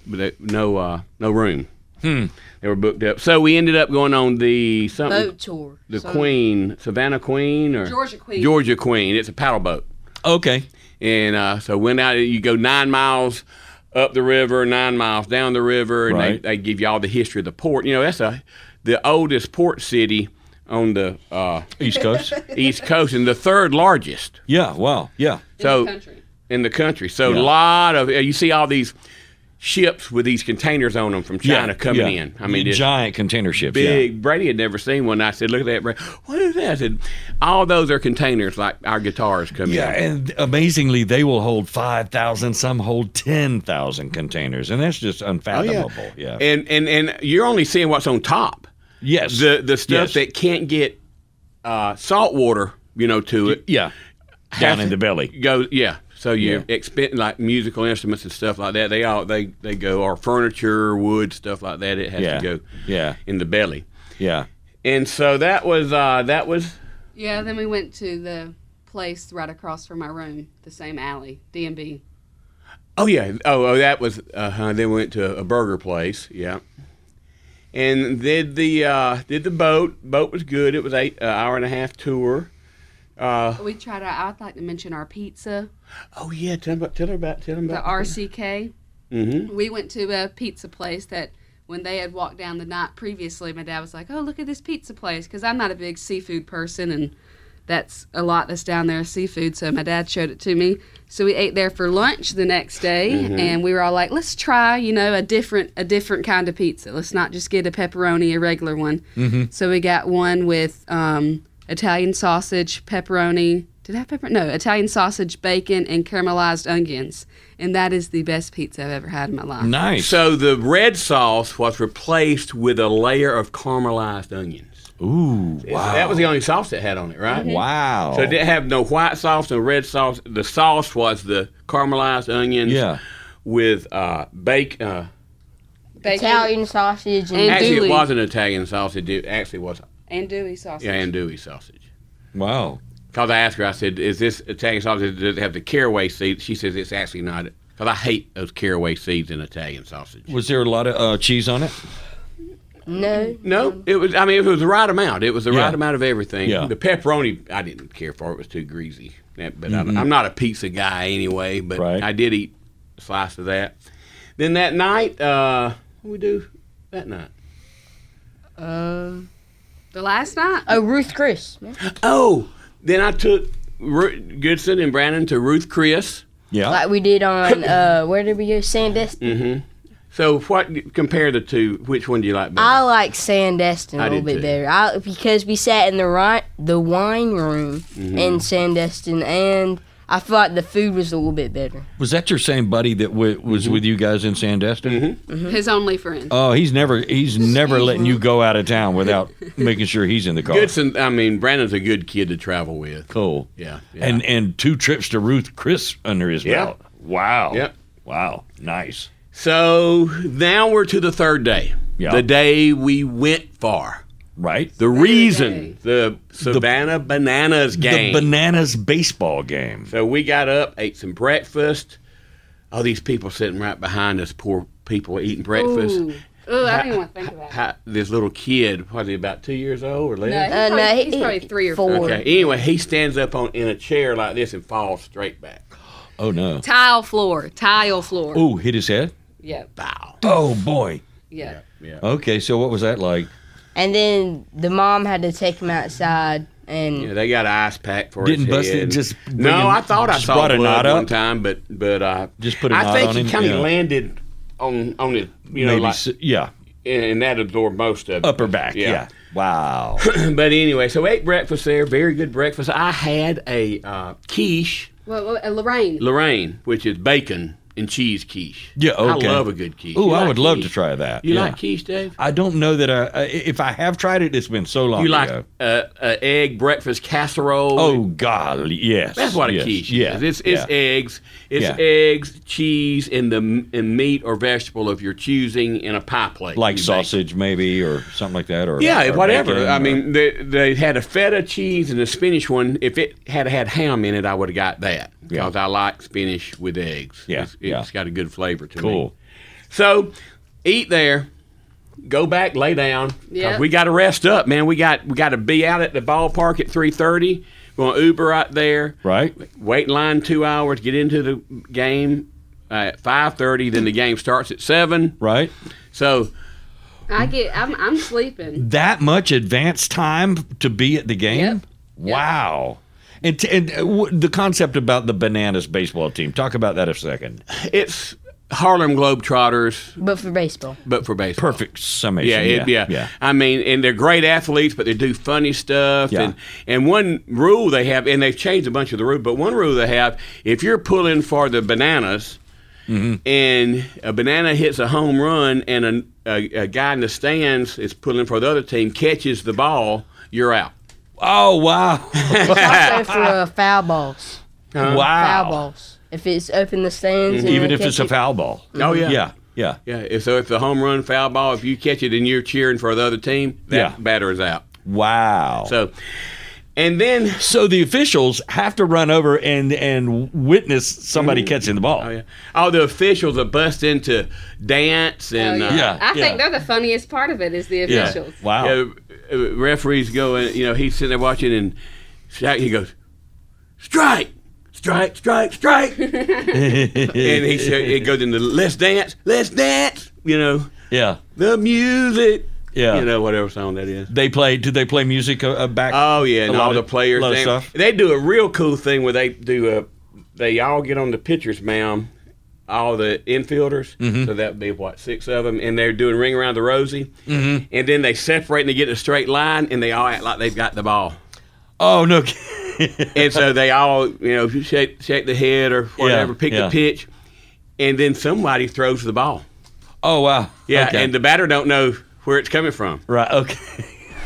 [SPEAKER 3] but they, no uh, no room. Hmm. They were booked up, so we ended up going on the something
[SPEAKER 6] Boat tour.
[SPEAKER 3] the
[SPEAKER 6] So-
[SPEAKER 3] Queen, Savannah Queen, or
[SPEAKER 4] Georgia Queen.
[SPEAKER 3] Georgia Queen. It's a paddle boat,
[SPEAKER 2] Okay.
[SPEAKER 3] and uh, so went out. You go nine miles up the river, nine miles down the river, and
[SPEAKER 2] Right.
[SPEAKER 3] they, they give you all the history of the port. You know, that's a the oldest port city on the uh,
[SPEAKER 2] East Coast.
[SPEAKER 3] east coast, and the third largest.
[SPEAKER 2] yeah. Wow. Yeah.
[SPEAKER 3] so
[SPEAKER 4] in the country.
[SPEAKER 3] in the country. So
[SPEAKER 2] Yeah.
[SPEAKER 3] a lot of you see all these ships with these containers on them from China
[SPEAKER 2] yeah.
[SPEAKER 3] coming
[SPEAKER 2] yeah.
[SPEAKER 3] in. I mean, just
[SPEAKER 2] giant container ships.
[SPEAKER 3] big.
[SPEAKER 2] Yeah.
[SPEAKER 3] Brady had never seen one. I said, "Look at that, Brady. What is that?" I said, "All those are containers like our guitars come
[SPEAKER 2] Yeah,
[SPEAKER 3] in."
[SPEAKER 2] and amazingly, they will hold five thousand. Some hold ten thousand containers, and that's just unfathomable.
[SPEAKER 3] Oh,
[SPEAKER 2] yeah.
[SPEAKER 3] And and and you're only seeing what's on top.
[SPEAKER 2] yes.
[SPEAKER 3] The the stuff
[SPEAKER 2] Yes.
[SPEAKER 3] that can't get uh, salt water, you know, to it.
[SPEAKER 2] yeah. Down in the belly.
[SPEAKER 3] Go yeah. So you
[SPEAKER 2] Yeah.
[SPEAKER 3] expend like musical instruments and stuff like that. They all they they go or furniture, wood, stuff like that. It has
[SPEAKER 2] Yeah.
[SPEAKER 3] to go
[SPEAKER 2] Yeah.
[SPEAKER 3] in the belly.
[SPEAKER 2] Yeah.
[SPEAKER 3] And so that was uh, that was
[SPEAKER 4] Yeah, then we went to the place right across from my room, the same alley, D&B.
[SPEAKER 3] oh yeah oh, oh that was uh, huh, then we went to a burger place yeah and did the uh, did the boat boat was good it was eight uh, hour and a half tour
[SPEAKER 4] We tried out, I'd like to mention our pizza,
[SPEAKER 3] oh yeah tell them about tell her about tell them
[SPEAKER 4] the
[SPEAKER 3] about
[SPEAKER 4] RCK. Mm-hmm. We went to a pizza place that when they had walked down the night previously, my dad was like, oh, look at this pizza place, because I'm not a big seafood person, and that's a lot that's down there, seafood, so my dad showed it to me. So we ate there for lunch the next day, and we were all like, let's try, you know, a different a different kind of pizza. Let's not just get a pepperoni, a regular one. So we got one with um, Italian sausage, pepperoni. Did I have pepper? No, Italian sausage, bacon, and caramelized onions. And that is the best pizza I've ever had in my life.
[SPEAKER 2] Nice.
[SPEAKER 3] so the red sauce was replaced with a layer of caramelized onions
[SPEAKER 2] Ooh. Wow.
[SPEAKER 3] that was the only sauce it had on it right
[SPEAKER 2] Wow.
[SPEAKER 3] so it didn't have no white sauce no red sauce the sauce was the caramelized onions
[SPEAKER 2] Yeah.
[SPEAKER 3] with uh, bacon. Uh,
[SPEAKER 4] Bacon
[SPEAKER 6] Italian sausage and
[SPEAKER 4] And-
[SPEAKER 3] Actually,
[SPEAKER 4] Andouille.
[SPEAKER 3] it was an Italian sausage. It actually was
[SPEAKER 4] and dewy sausage.
[SPEAKER 3] yeah, andouille sausage.
[SPEAKER 2] wow.
[SPEAKER 3] Because I asked her, I said, "Is this Italian sausage? Does it have the caraway seeds?" She says it's actually not. Because I hate those caraway seeds in Italian sausage.
[SPEAKER 1] Was there a lot of uh, cheese on it?
[SPEAKER 6] No.
[SPEAKER 3] No, it was. I mean, it was the right amount. It was the
[SPEAKER 1] Yeah.
[SPEAKER 3] right amount of everything.
[SPEAKER 1] Yeah.
[SPEAKER 3] The pepperoni, I didn't care for. It was too greasy. That- But I'm, I'm not a pizza guy anyway. But
[SPEAKER 1] Mm-hmm. Right.
[SPEAKER 3] I did eat a slice of that. Then that night, uh, what we do that night?
[SPEAKER 4] The last night,
[SPEAKER 6] Oh, Ruth Chris. man.
[SPEAKER 3] Oh, then I took Ru- Goodson and Brandon to Ruth Chris.
[SPEAKER 1] Yeah.
[SPEAKER 6] Like we
[SPEAKER 3] [LAUGHS]
[SPEAKER 6] did on uh, where did we go? Sandestin.
[SPEAKER 3] So what? Compare the two. Which one do you like better?
[SPEAKER 6] I like Sandestin
[SPEAKER 3] I
[SPEAKER 6] a little
[SPEAKER 3] did
[SPEAKER 6] bit
[SPEAKER 3] too.
[SPEAKER 6] better. I, because we sat in the right the wine room
[SPEAKER 3] Mm-hmm.
[SPEAKER 6] in Sandestin, and I thought the food was a little bit better.
[SPEAKER 1] was that your same buddy that w- was
[SPEAKER 3] Mm-hmm.
[SPEAKER 1] with you guys in Sandestin?
[SPEAKER 4] Mm-hmm. his only friend.
[SPEAKER 1] Oh, he's never he's never
[SPEAKER 3] Mm-hmm.
[SPEAKER 1] letting you go out of town
[SPEAKER 3] [LAUGHS]
[SPEAKER 1] without making sure he's in the car.
[SPEAKER 3] Goodson. I mean, Brandon's a good kid to travel with.
[SPEAKER 1] Cool.
[SPEAKER 3] Yeah, yeah.
[SPEAKER 1] And and two trips to Ruth Chris under his
[SPEAKER 3] Yeah.
[SPEAKER 1] belt. Wow.
[SPEAKER 3] Yep.
[SPEAKER 1] Wow. Nice.
[SPEAKER 3] So now we're to the third day.
[SPEAKER 1] Yeah.
[SPEAKER 3] The day we went for.
[SPEAKER 1] Right.
[SPEAKER 3] The reason the Savannah Bananas game.
[SPEAKER 1] The bananas baseball game.
[SPEAKER 3] so we got up, ate some breakfast. All these people sitting right behind us, poor people eating Oh, breakfast.
[SPEAKER 4] Ooh, Ooh, I don't even want to think about it.
[SPEAKER 3] How, this little kid, was he about two years old or
[SPEAKER 4] No,
[SPEAKER 3] less?
[SPEAKER 4] he's,
[SPEAKER 6] Uh, no,
[SPEAKER 4] probably,
[SPEAKER 6] he-
[SPEAKER 4] he's probably three or
[SPEAKER 6] four.
[SPEAKER 4] four.
[SPEAKER 3] Okay. Anyway, he stands up on in a chair like this and falls straight back.
[SPEAKER 1] Oh no.
[SPEAKER 4] Tile floor, tile floor.
[SPEAKER 1] Ooh, hit his head.
[SPEAKER 4] Yep,
[SPEAKER 3] Bow.
[SPEAKER 1] Oh boy.
[SPEAKER 4] yep.
[SPEAKER 3] Yeah.
[SPEAKER 1] Okay, so what was that like?
[SPEAKER 6] And then the mom had to take him outside, and
[SPEAKER 3] Yeah, they got an ice pack for
[SPEAKER 1] Didn't
[SPEAKER 3] his
[SPEAKER 1] bust
[SPEAKER 3] head.
[SPEAKER 1] it, just bring him-
[SPEAKER 3] no, I thought I
[SPEAKER 1] just
[SPEAKER 3] saw
[SPEAKER 1] brought a
[SPEAKER 3] blood
[SPEAKER 1] knot
[SPEAKER 3] one
[SPEAKER 1] up?
[SPEAKER 3] time, but but uh,
[SPEAKER 1] Just put a
[SPEAKER 3] I
[SPEAKER 1] knot
[SPEAKER 3] think
[SPEAKER 1] on
[SPEAKER 3] he
[SPEAKER 1] him,
[SPEAKER 3] kind of
[SPEAKER 1] yeah.
[SPEAKER 3] landed on on his you know
[SPEAKER 1] Maybe
[SPEAKER 3] like,
[SPEAKER 1] s yeah,
[SPEAKER 3] and, and that absorbed most of it.
[SPEAKER 1] upper back. Yeah.
[SPEAKER 3] Yeah. [LAUGHS]
[SPEAKER 1] Wow.
[SPEAKER 3] but anyway, so ate breakfast there. Very good breakfast. I had a uh, quiche,
[SPEAKER 4] Well, well, uh, Lorraine,
[SPEAKER 3] Lorraine, which is bacon and cheese quiche.
[SPEAKER 1] Yeah, okay.
[SPEAKER 3] I love a good quiche.
[SPEAKER 1] Ooh,
[SPEAKER 3] You
[SPEAKER 1] I
[SPEAKER 3] like
[SPEAKER 1] would love to
[SPEAKER 3] quiche?
[SPEAKER 1] try that.
[SPEAKER 3] You
[SPEAKER 1] yeah.
[SPEAKER 3] like quiche, Dave?
[SPEAKER 1] I don't know that I. I- If I have tried it, it's been so long.
[SPEAKER 3] You like
[SPEAKER 1] ago.
[SPEAKER 3] uh, uh, egg breakfast casserole?
[SPEAKER 1] Oh golly, yes.
[SPEAKER 3] That's what a
[SPEAKER 1] yes,
[SPEAKER 3] quiche
[SPEAKER 1] yeah,
[SPEAKER 3] is. It's, it's
[SPEAKER 1] yeah.
[SPEAKER 3] eggs. It's
[SPEAKER 1] Yeah.
[SPEAKER 3] eggs, cheese, and the and meat or vegetable of your choosing in a pie plate.
[SPEAKER 1] like
[SPEAKER 3] You bake.
[SPEAKER 1] sausage maybe or something like that or
[SPEAKER 3] Yeah,
[SPEAKER 1] or
[SPEAKER 3] whatever.
[SPEAKER 1] bacon
[SPEAKER 3] I
[SPEAKER 1] or-
[SPEAKER 3] mean, they, they had a feta cheese and a spinach one. If it had had ham in it, I would have got that
[SPEAKER 1] Yeah.
[SPEAKER 3] because I like spinach with eggs.
[SPEAKER 1] Yeah,
[SPEAKER 3] it's,
[SPEAKER 1] yeah.
[SPEAKER 3] it's got a good flavor to me.
[SPEAKER 1] cool.
[SPEAKER 3] So, eat there. Go back, lay down. 'cause
[SPEAKER 4] Yep.
[SPEAKER 3] We got to rest up, man. We got we got to be out at the ballpark at three thirty. Going Uber out there.
[SPEAKER 1] Right.
[SPEAKER 3] Wait in line two hours. Get into the game uh, at five thirty. Then the game starts at seven.
[SPEAKER 1] Right.
[SPEAKER 3] So
[SPEAKER 4] I get, I'm, I'm sleeping.
[SPEAKER 1] That much advance time to be at the game.
[SPEAKER 4] Yep.
[SPEAKER 1] Wow. And, t- and uh, w- the concept about the bananas baseball team. Talk about that a second.
[SPEAKER 3] it's Harlem Globetrotters,
[SPEAKER 6] but for
[SPEAKER 3] [LAUGHS]
[SPEAKER 6] baseball.
[SPEAKER 3] but for baseball.
[SPEAKER 1] Perfect summation.
[SPEAKER 3] Yeah, it, yeah,
[SPEAKER 1] yeah.
[SPEAKER 3] I mean, and they're great athletes, but they do funny stuff.
[SPEAKER 1] Yeah.
[SPEAKER 3] And and one rule they have, and they've changed a bunch of the rules, but one rule they have, if you're pulling for the bananas,
[SPEAKER 1] Mm-hmm.
[SPEAKER 3] and a banana hits a home run, and a, a, a guy in the stands is pulling for the other team catches the ball, you're out.
[SPEAKER 1] Oh wow.
[SPEAKER 3] Uh-huh.
[SPEAKER 6] also for uh, foul balls. Foul
[SPEAKER 1] wow.
[SPEAKER 6] balls. If it's up in the stands, and
[SPEAKER 1] Even
[SPEAKER 6] they
[SPEAKER 1] if it's a
[SPEAKER 6] catch it-
[SPEAKER 1] foul ball.
[SPEAKER 3] Oh yeah,
[SPEAKER 1] Yeah. Yeah.
[SPEAKER 3] yeah. If- So if the home run foul ball, if you catch it and you're cheering for the other team, that
[SPEAKER 1] Yeah.
[SPEAKER 3] batter is out.
[SPEAKER 1] Wow.
[SPEAKER 3] So, and then
[SPEAKER 1] So the officials have to run over and and witness somebody catching the ball.
[SPEAKER 3] Oh, yeah. All the officials are bust into dance and
[SPEAKER 4] Oh,
[SPEAKER 3] uh,
[SPEAKER 1] Yeah,
[SPEAKER 4] I
[SPEAKER 1] yeah.
[SPEAKER 4] think they're the funniest part of it is the
[SPEAKER 1] Yeah.
[SPEAKER 4] officials.
[SPEAKER 1] Wow.
[SPEAKER 3] you know, uh, referees go and you know he's sitting there watching and shout, he goes strike, strike, strike, strike, and he sa- it goes into let's dance, let's dance, you know
[SPEAKER 1] Yeah.
[SPEAKER 3] the music,
[SPEAKER 1] Yeah.
[SPEAKER 3] you know whatever song that is.
[SPEAKER 1] They play. Did they play music uh, uh, back?
[SPEAKER 3] Oh yeah, and
[SPEAKER 1] lot
[SPEAKER 3] all the
[SPEAKER 1] of-
[SPEAKER 3] players.
[SPEAKER 1] lot of
[SPEAKER 3] they,
[SPEAKER 1] stuff.
[SPEAKER 3] they do a real cool thing where they do a. They all get on the pitcher's mound, all the infielders.
[SPEAKER 1] Mm-hmm.
[SPEAKER 3] So that would be what six of them, and they're doing ring around the rosy, mm-hmm. and then they separate and they get in a straight line, and they all act like they've got the ball.
[SPEAKER 1] Oh no. kid-
[SPEAKER 3] and so they all, you know, shake shake the head or whatever, pick
[SPEAKER 1] yeah.
[SPEAKER 3] the pitch, and then somebody throws the ball.
[SPEAKER 1] Oh wow.
[SPEAKER 3] Yeah,
[SPEAKER 1] Okay.
[SPEAKER 3] and the batter don't know where it's coming from.
[SPEAKER 1] right.
[SPEAKER 3] [LAUGHS]
[SPEAKER 1] Okay.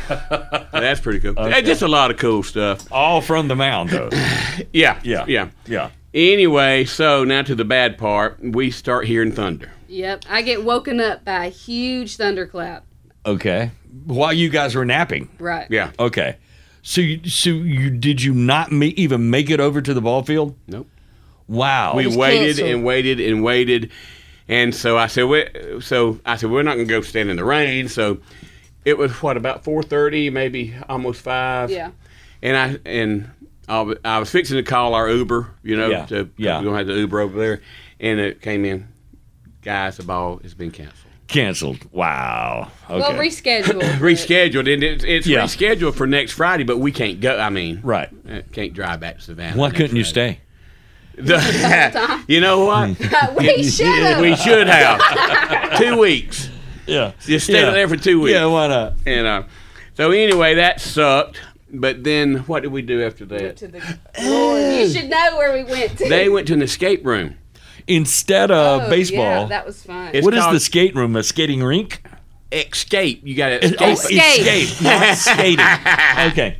[SPEAKER 3] So that's pretty cool. Hey, just a lot of cool stuff.
[SPEAKER 1] All from the mound though.
[SPEAKER 3] Yeah,
[SPEAKER 1] Yeah.
[SPEAKER 3] yeah.
[SPEAKER 1] Yeah.
[SPEAKER 3] Anyway, so now to the bad part. We start hearing thunder.
[SPEAKER 4] Yep, I get woken up by a huge thunderclap.
[SPEAKER 1] Okay. While you guys were napping.
[SPEAKER 4] Right.
[SPEAKER 3] Yeah.
[SPEAKER 1] Okay.
[SPEAKER 2] So you, so you did you not ma- even make it over to the ball field?
[SPEAKER 3] Nope.
[SPEAKER 2] Wow.
[SPEAKER 3] we
[SPEAKER 6] was
[SPEAKER 3] waited
[SPEAKER 6] canceled.
[SPEAKER 3] and waited and waited, and so I said, we, so I said we're not going to go stand in the rain. So it was what about four thirty, maybe almost five.
[SPEAKER 4] Yeah.
[SPEAKER 3] And I and I, wa- I was fixing to call our Uber, you know,
[SPEAKER 2] Yeah,
[SPEAKER 3] to
[SPEAKER 2] yeah.
[SPEAKER 3] we don't have the Uber over there, and it came in. Guys, the ball has been canceled.
[SPEAKER 2] canceled. Wow. Okay.
[SPEAKER 4] Well,
[SPEAKER 3] [LAUGHS]
[SPEAKER 4] rescheduled.
[SPEAKER 3] Rescheduled, and it's, it's
[SPEAKER 2] Yeah.
[SPEAKER 3] rescheduled for next Friday, but we can't go. I mean,
[SPEAKER 2] right.
[SPEAKER 3] uh, can't drive back to Savannah.
[SPEAKER 2] Why
[SPEAKER 3] next
[SPEAKER 2] couldn't you stay?
[SPEAKER 3] Friday. The- [LAUGHS] you know what?
[SPEAKER 4] Hmm. [LAUGHS]
[SPEAKER 3] [LAUGHS]
[SPEAKER 4] we should have.
[SPEAKER 3] we should have two weeks.
[SPEAKER 2] Yeah.
[SPEAKER 3] Just stay
[SPEAKER 2] Yeah.
[SPEAKER 3] there for two weeks.
[SPEAKER 2] Yeah, why not?
[SPEAKER 3] And uh, so anyway, that sucked. But then what did we do after that?
[SPEAKER 4] to the Lord. You should know where we went to.
[SPEAKER 3] They went to an escape room.
[SPEAKER 2] Instead of
[SPEAKER 4] Oh,
[SPEAKER 2] baseball,
[SPEAKER 4] Yeah, that was fun.
[SPEAKER 3] It's
[SPEAKER 2] what is
[SPEAKER 3] called
[SPEAKER 2] the skate room? A skating rink?
[SPEAKER 3] escape? You got to escape.
[SPEAKER 2] Oh,
[SPEAKER 4] Escape.
[SPEAKER 2] escape, not skating. [LAUGHS] Okay.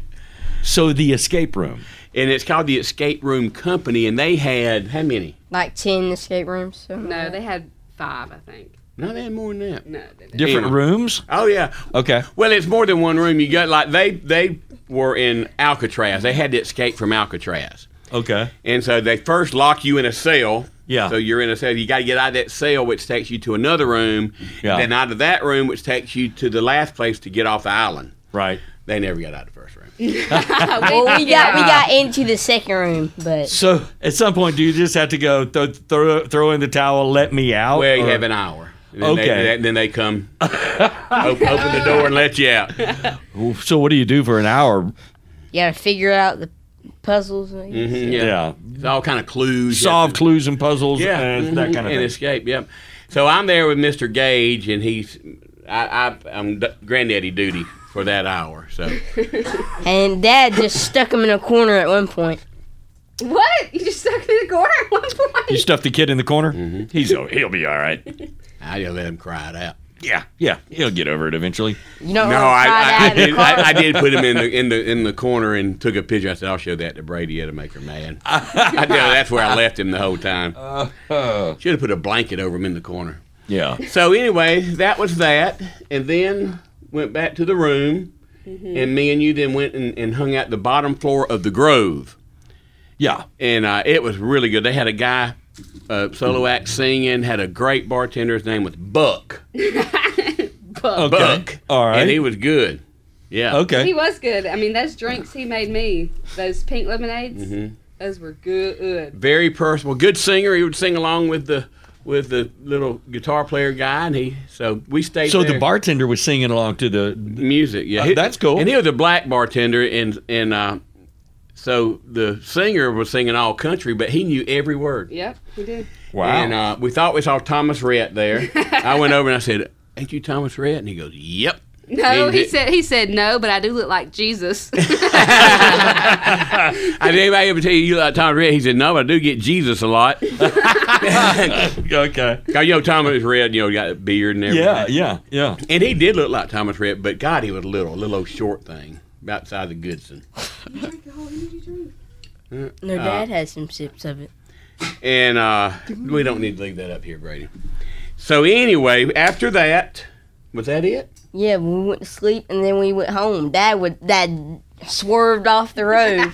[SPEAKER 2] So the escape room.
[SPEAKER 3] And it's called the Escape Room Company. And they had how many?
[SPEAKER 6] Like ten escape rooms. something
[SPEAKER 4] no,
[SPEAKER 6] like
[SPEAKER 4] they had five, I think.
[SPEAKER 3] No, they had more than that.
[SPEAKER 4] No, they didn't.
[SPEAKER 2] Different
[SPEAKER 3] Anyway.
[SPEAKER 2] rooms?
[SPEAKER 3] Oh yeah.
[SPEAKER 2] Okay.
[SPEAKER 3] Well, it's more than one room. You got like they they were in Alcatraz. They had to escape from Alcatraz.
[SPEAKER 2] Okay.
[SPEAKER 3] And so they first lock you in a cell.
[SPEAKER 2] Yeah.
[SPEAKER 3] So you're in a cell. You got to get out of that cell, which takes you to another room.
[SPEAKER 2] Yeah.
[SPEAKER 3] Then out of that room, which takes you to the last place to get off the island.
[SPEAKER 2] Right.
[SPEAKER 3] They never got out of the first room.
[SPEAKER 4] we,
[SPEAKER 6] that. We got we got into the second room, but
[SPEAKER 2] So at some point, do you just have to go th- throw throw in the towel? Let me out.
[SPEAKER 3] Well, you
[SPEAKER 2] or-
[SPEAKER 3] have an hour. And then
[SPEAKER 2] Uh, Okay.
[SPEAKER 3] They, then they come, op- open the door and let you out.
[SPEAKER 2] So what do you do for an hour?
[SPEAKER 6] you gotta figure out the puzzles. I guess.
[SPEAKER 2] [LAUGHS]
[SPEAKER 3] Mhm,
[SPEAKER 2] Yeah.
[SPEAKER 3] It's all kind of clues. you have
[SPEAKER 2] Solve
[SPEAKER 3] to-
[SPEAKER 2] clues and puzzles
[SPEAKER 3] Yeah.
[SPEAKER 2] Mm-hmm. and that
[SPEAKER 3] mhm,
[SPEAKER 2] kind of
[SPEAKER 3] and
[SPEAKER 2] thing.
[SPEAKER 3] escape. Yep. So I'm there with Mr. Gage, and he's I, I I'm d- granddaddy duty for that hour. So.
[SPEAKER 6] And Dad just stuck him in a corner at one point.
[SPEAKER 4] What? You just stuck me in the corner at one
[SPEAKER 2] You
[SPEAKER 4] point.
[SPEAKER 2] stuff the kid in the corner. He's he'll be all right.
[SPEAKER 3] I just let him cry it out.
[SPEAKER 2] Yeah, yeah, he'll get over it eventually.
[SPEAKER 6] You don't
[SPEAKER 3] No,
[SPEAKER 6] really
[SPEAKER 3] I,
[SPEAKER 6] Oh, try
[SPEAKER 3] I, I
[SPEAKER 6] that in
[SPEAKER 3] did.
[SPEAKER 6] the car.
[SPEAKER 3] I, I did put him in the in the in the corner and took a picture. I said, "I'll show that to Brady. It'll make her mad." I tell her that's where I left him the whole time. Should have put a blanket over him in the corner.
[SPEAKER 2] Yeah,
[SPEAKER 3] So anyway, that was that, and then went back to the room,
[SPEAKER 6] Mm-hmm.
[SPEAKER 3] and me and you then went and, and hung out the bottom floor of the Grove,
[SPEAKER 2] yeah.
[SPEAKER 3] and uh, it was really good. They had a guy. Uh, solo act singing had a great bartender. His name was Buck.
[SPEAKER 2] Okay,
[SPEAKER 3] Buck.
[SPEAKER 2] all right.
[SPEAKER 3] And he was good. Yeah.
[SPEAKER 2] okay.
[SPEAKER 4] He was good. I mean, those drinks he made me, those pink lemonades,
[SPEAKER 3] Mm-hmm.
[SPEAKER 4] those were good.
[SPEAKER 3] very personal, good singer. He would sing along with the with the little guitar player guy, and he so we stayed.
[SPEAKER 2] so
[SPEAKER 3] there.
[SPEAKER 2] the bartender was singing along to the.
[SPEAKER 3] music, yeah,
[SPEAKER 2] Uh,
[SPEAKER 3] He-
[SPEAKER 2] that's cool.
[SPEAKER 3] And he was a black bartender, and and uh, so the singer was singing all country, but he knew every word.
[SPEAKER 4] Yep, he did.
[SPEAKER 2] Wow.
[SPEAKER 3] And uh, we thought we saw Thomas Rhett there. I went over and I said, "Ain't you Thomas Rhett?" And he goes, "Yep."
[SPEAKER 4] No,
[SPEAKER 3] And
[SPEAKER 4] he
[SPEAKER 3] it-
[SPEAKER 4] said he said no, but I do look
[SPEAKER 3] [LAUGHS]
[SPEAKER 4] like Jesus.
[SPEAKER 3] "I did anybody ever tell you you look like Thomas Rhett?" He said, "No, but I do get Jesus a lot." [LAUGHS] Cause
[SPEAKER 2] okay.
[SPEAKER 3] you know Thomas Rhett, you know, got a beard and everything.
[SPEAKER 2] Yeah, yeah, yeah.
[SPEAKER 3] And he did look like Thomas Rhett, but God, he was little, a little old short thing, about the size of Goodson.
[SPEAKER 6] No,
[SPEAKER 3] uh,
[SPEAKER 6] Dad has some sips of it.
[SPEAKER 3] And uh, we don't need to leave that up here, Brady. So anyway, after that, was that it?
[SPEAKER 6] Yeah, we went to sleep and then we went home. Dad would Dad swerved off
[SPEAKER 3] [LAUGHS]
[SPEAKER 6] the road.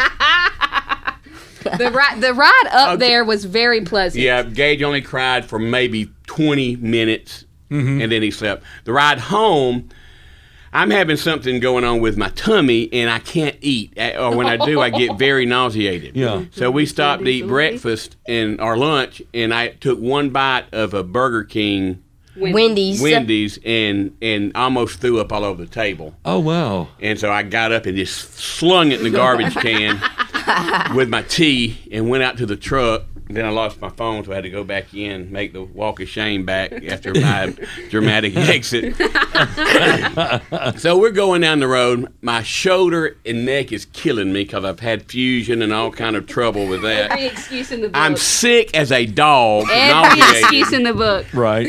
[SPEAKER 4] the ride the ride up
[SPEAKER 3] Okay.
[SPEAKER 4] there was very pleasant.
[SPEAKER 3] Yeah, Gage only cried for maybe 20 minutes, and then he slept. The ride home, I'm having something going on with my tummy, and I can't eat. Uh, Or when I do, I get very nauseated.
[SPEAKER 2] Yeah.
[SPEAKER 3] So we stopped to eat breakfast and our lunch, and I took one bite of a Burger King
[SPEAKER 6] Wendy's.
[SPEAKER 3] Wendy's and and almost threw up all over the table.
[SPEAKER 2] Oh wow.
[SPEAKER 3] And so I got up and just slung it in the garbage
[SPEAKER 4] [LAUGHS]
[SPEAKER 3] can with my tea and went out to the truck. Then I lost my phone, so I had to go back in, make the walk of shame back after
[SPEAKER 4] [LAUGHS]
[SPEAKER 3] my dramatic exit. [LAUGHS] so we're going down the road. My shoulder and neck is killing me because I've had fusion and all kind of trouble with that.
[SPEAKER 4] Every excuse in the book.
[SPEAKER 3] I'm sick as a dog.
[SPEAKER 4] Every
[SPEAKER 3] nauseated.
[SPEAKER 4] excuse in the book.
[SPEAKER 2] Right.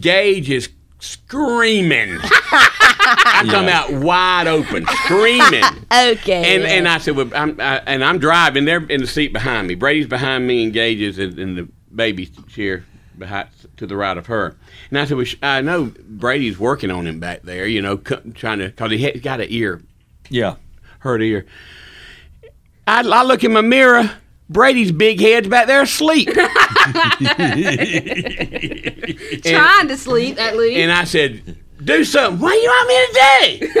[SPEAKER 3] Gage is
[SPEAKER 4] [LAUGHS]
[SPEAKER 3] screaming. I come out wide open, screaming.
[SPEAKER 6] Okay.
[SPEAKER 3] And, and I said, well, I'm, I, and I'm driving. They're in the seat behind me. Brady's behind me, and Gage is in, in the baby chair behind, to the right of her. And I said, well, sh- I know Brady's working on him back there, you know, c- trying to, because he had, got an ear
[SPEAKER 2] Yeah.
[SPEAKER 3] hurt ear. I, I look in my mirror. Brady's big head's back there asleep. [LAUGHS]
[SPEAKER 4] Trying to sleep at least.
[SPEAKER 3] and I said, "Do something. What do you want me to do?" [LAUGHS]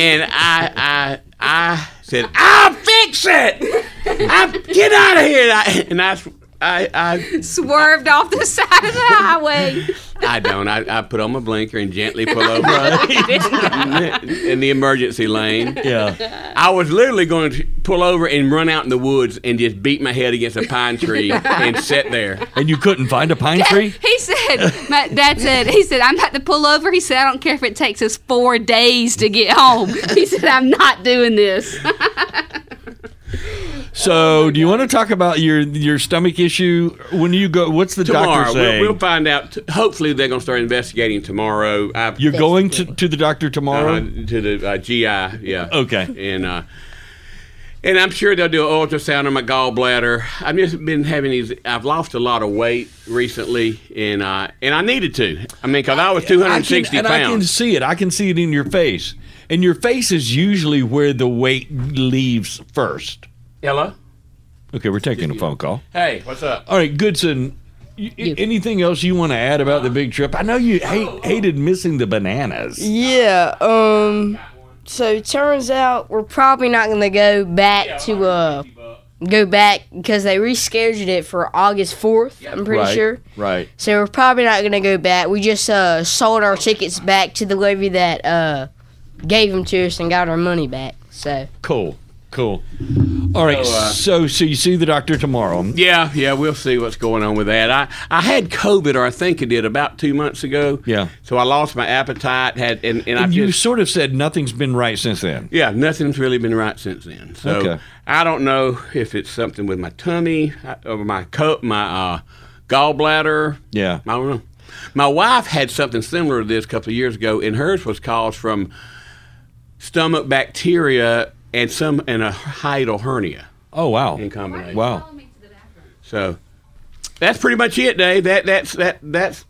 [SPEAKER 3] and I, I, I said, "I'll fix it. I get out of here." And I, and I, I, I,
[SPEAKER 4] Swerved off the [LAUGHS] side of the highway.
[SPEAKER 3] I don't. I, I put on my blinker and gently pull over [LAUGHS] in the emergency lane.
[SPEAKER 2] [LAUGHS] Yeah.
[SPEAKER 3] I was literally going to pull over and run out in the woods and just beat my head against a pine tree and sit there.
[SPEAKER 2] And you couldn't find a pine tree?
[SPEAKER 4] [LAUGHS] He said, my dad said, he said, I'm not to pull over. He said, I don't care if it takes us four days to get home. He said, I'm not doing this.
[SPEAKER 2] So, do you want to talk about your your stomach issue when you go? What's the
[SPEAKER 3] tomorrow.
[SPEAKER 2] doctor saying?
[SPEAKER 3] We'll, we'll find out. T- hopefully, they're going to start investigating tomorrow. I,
[SPEAKER 2] You're going to, to the doctor tomorrow.
[SPEAKER 3] uh, to the uh, GI. Yeah.
[SPEAKER 2] Okay.
[SPEAKER 3] And uh, and I'm sure they'll do an ultrasound on my gallbladder. I've just been having these. I've lost a lot of weight recently, and uh, and I needed to. I mean, because I was 260
[SPEAKER 2] I can, And I can
[SPEAKER 3] pounds.
[SPEAKER 2] see it. I can see it in your face. And your face is usually where the weight leaves first.
[SPEAKER 3] Hello.
[SPEAKER 2] Okay, we're taking a phone call.
[SPEAKER 3] Hey, what's up?
[SPEAKER 2] All right, Goodson. You, Anything else you want to add about the big trip? I know you hate, hated missing the bananas.
[SPEAKER 6] Yeah. Um. So it turns out we're probably not gonna go back to uh go back because they rescheduled it for August fourth. I'm pretty
[SPEAKER 2] right,
[SPEAKER 6] sure.
[SPEAKER 2] Right.
[SPEAKER 6] So we're probably not gonna go back. We just uh sold our tickets back to the lady that uh gave them to us and got our money back. So
[SPEAKER 2] Cool. Cool. All right. So,
[SPEAKER 3] uh,
[SPEAKER 2] so, you see the doctor tomorrow.
[SPEAKER 3] Yeah, yeah, we'll see what's going on with that. I, I had COVID, or I think I did, about two months ago.
[SPEAKER 2] Yeah.
[SPEAKER 3] So I lost my appetite. Had and, and, I
[SPEAKER 2] And you
[SPEAKER 3] just
[SPEAKER 2] sort of said nothing's been right since then.
[SPEAKER 3] yeah, nothing's really been right since then. So
[SPEAKER 2] Okay.
[SPEAKER 3] I don't know if it's something with my tummy uh, or my coat, my uh, gallbladder.
[SPEAKER 2] Yeah.
[SPEAKER 3] I don't know. My wife had something similar to this a couple of years ago, and hers was caused from stomach bacteria and some and a hiatal hernia
[SPEAKER 2] Oh wow.
[SPEAKER 3] in combination.
[SPEAKER 2] Wow.
[SPEAKER 3] So that's pretty much it, Dave. That that's that that's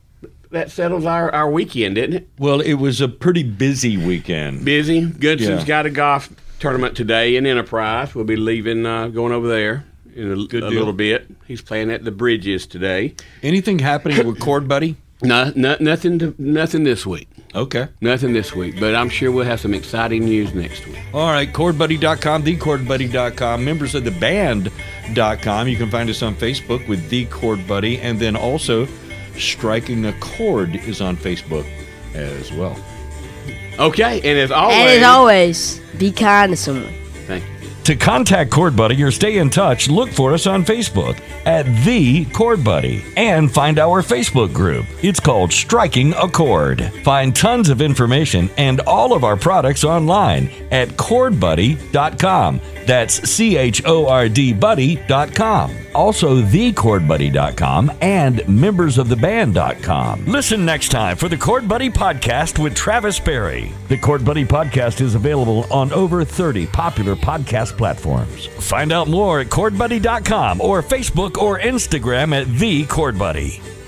[SPEAKER 3] that settles our, our weekend, didn't it?
[SPEAKER 2] Well, it was a pretty busy weekend.
[SPEAKER 3] Busy. Goodson's
[SPEAKER 2] Yeah.
[SPEAKER 3] got a golf tournament today in Enterprise. We'll be leaving, uh, going over there in a, a
[SPEAKER 2] deal.
[SPEAKER 3] little bit. He's playing at the Bridges today.
[SPEAKER 2] Anything happening with Cord Buddy?
[SPEAKER 3] No, no nothing, to, nothing this week.
[SPEAKER 2] Okay.
[SPEAKER 3] Nothing this week, but I'm sure we'll have some exciting news next week.
[SPEAKER 2] All right, chordbuddy.com, thechordbuddy.com, members of the band.com. You can find us on Facebook with The Chord Buddy, and then also Striking a Chord is on Facebook as well.
[SPEAKER 3] Okay, and as always,
[SPEAKER 6] and as always, be kind to someone.
[SPEAKER 3] thank you.
[SPEAKER 1] To contact Chord Buddy or stay in touch, look for us on Facebook at The Chord Buddy and find our Facebook group. It's called Striking a Chord. Find tons of information and all of our products online at chordbuddy.com. That's C H O R D buddy.com. Also, thechordbuddy.com and membersoftheband.com. Listen next time for the Chord Buddy Podcast with Travis Berry. The Chord Buddy Podcast is available on over 30 popular podcast platforms. Find out more at chordbuddy.com or Facebook or Instagram at The Chord Buddy.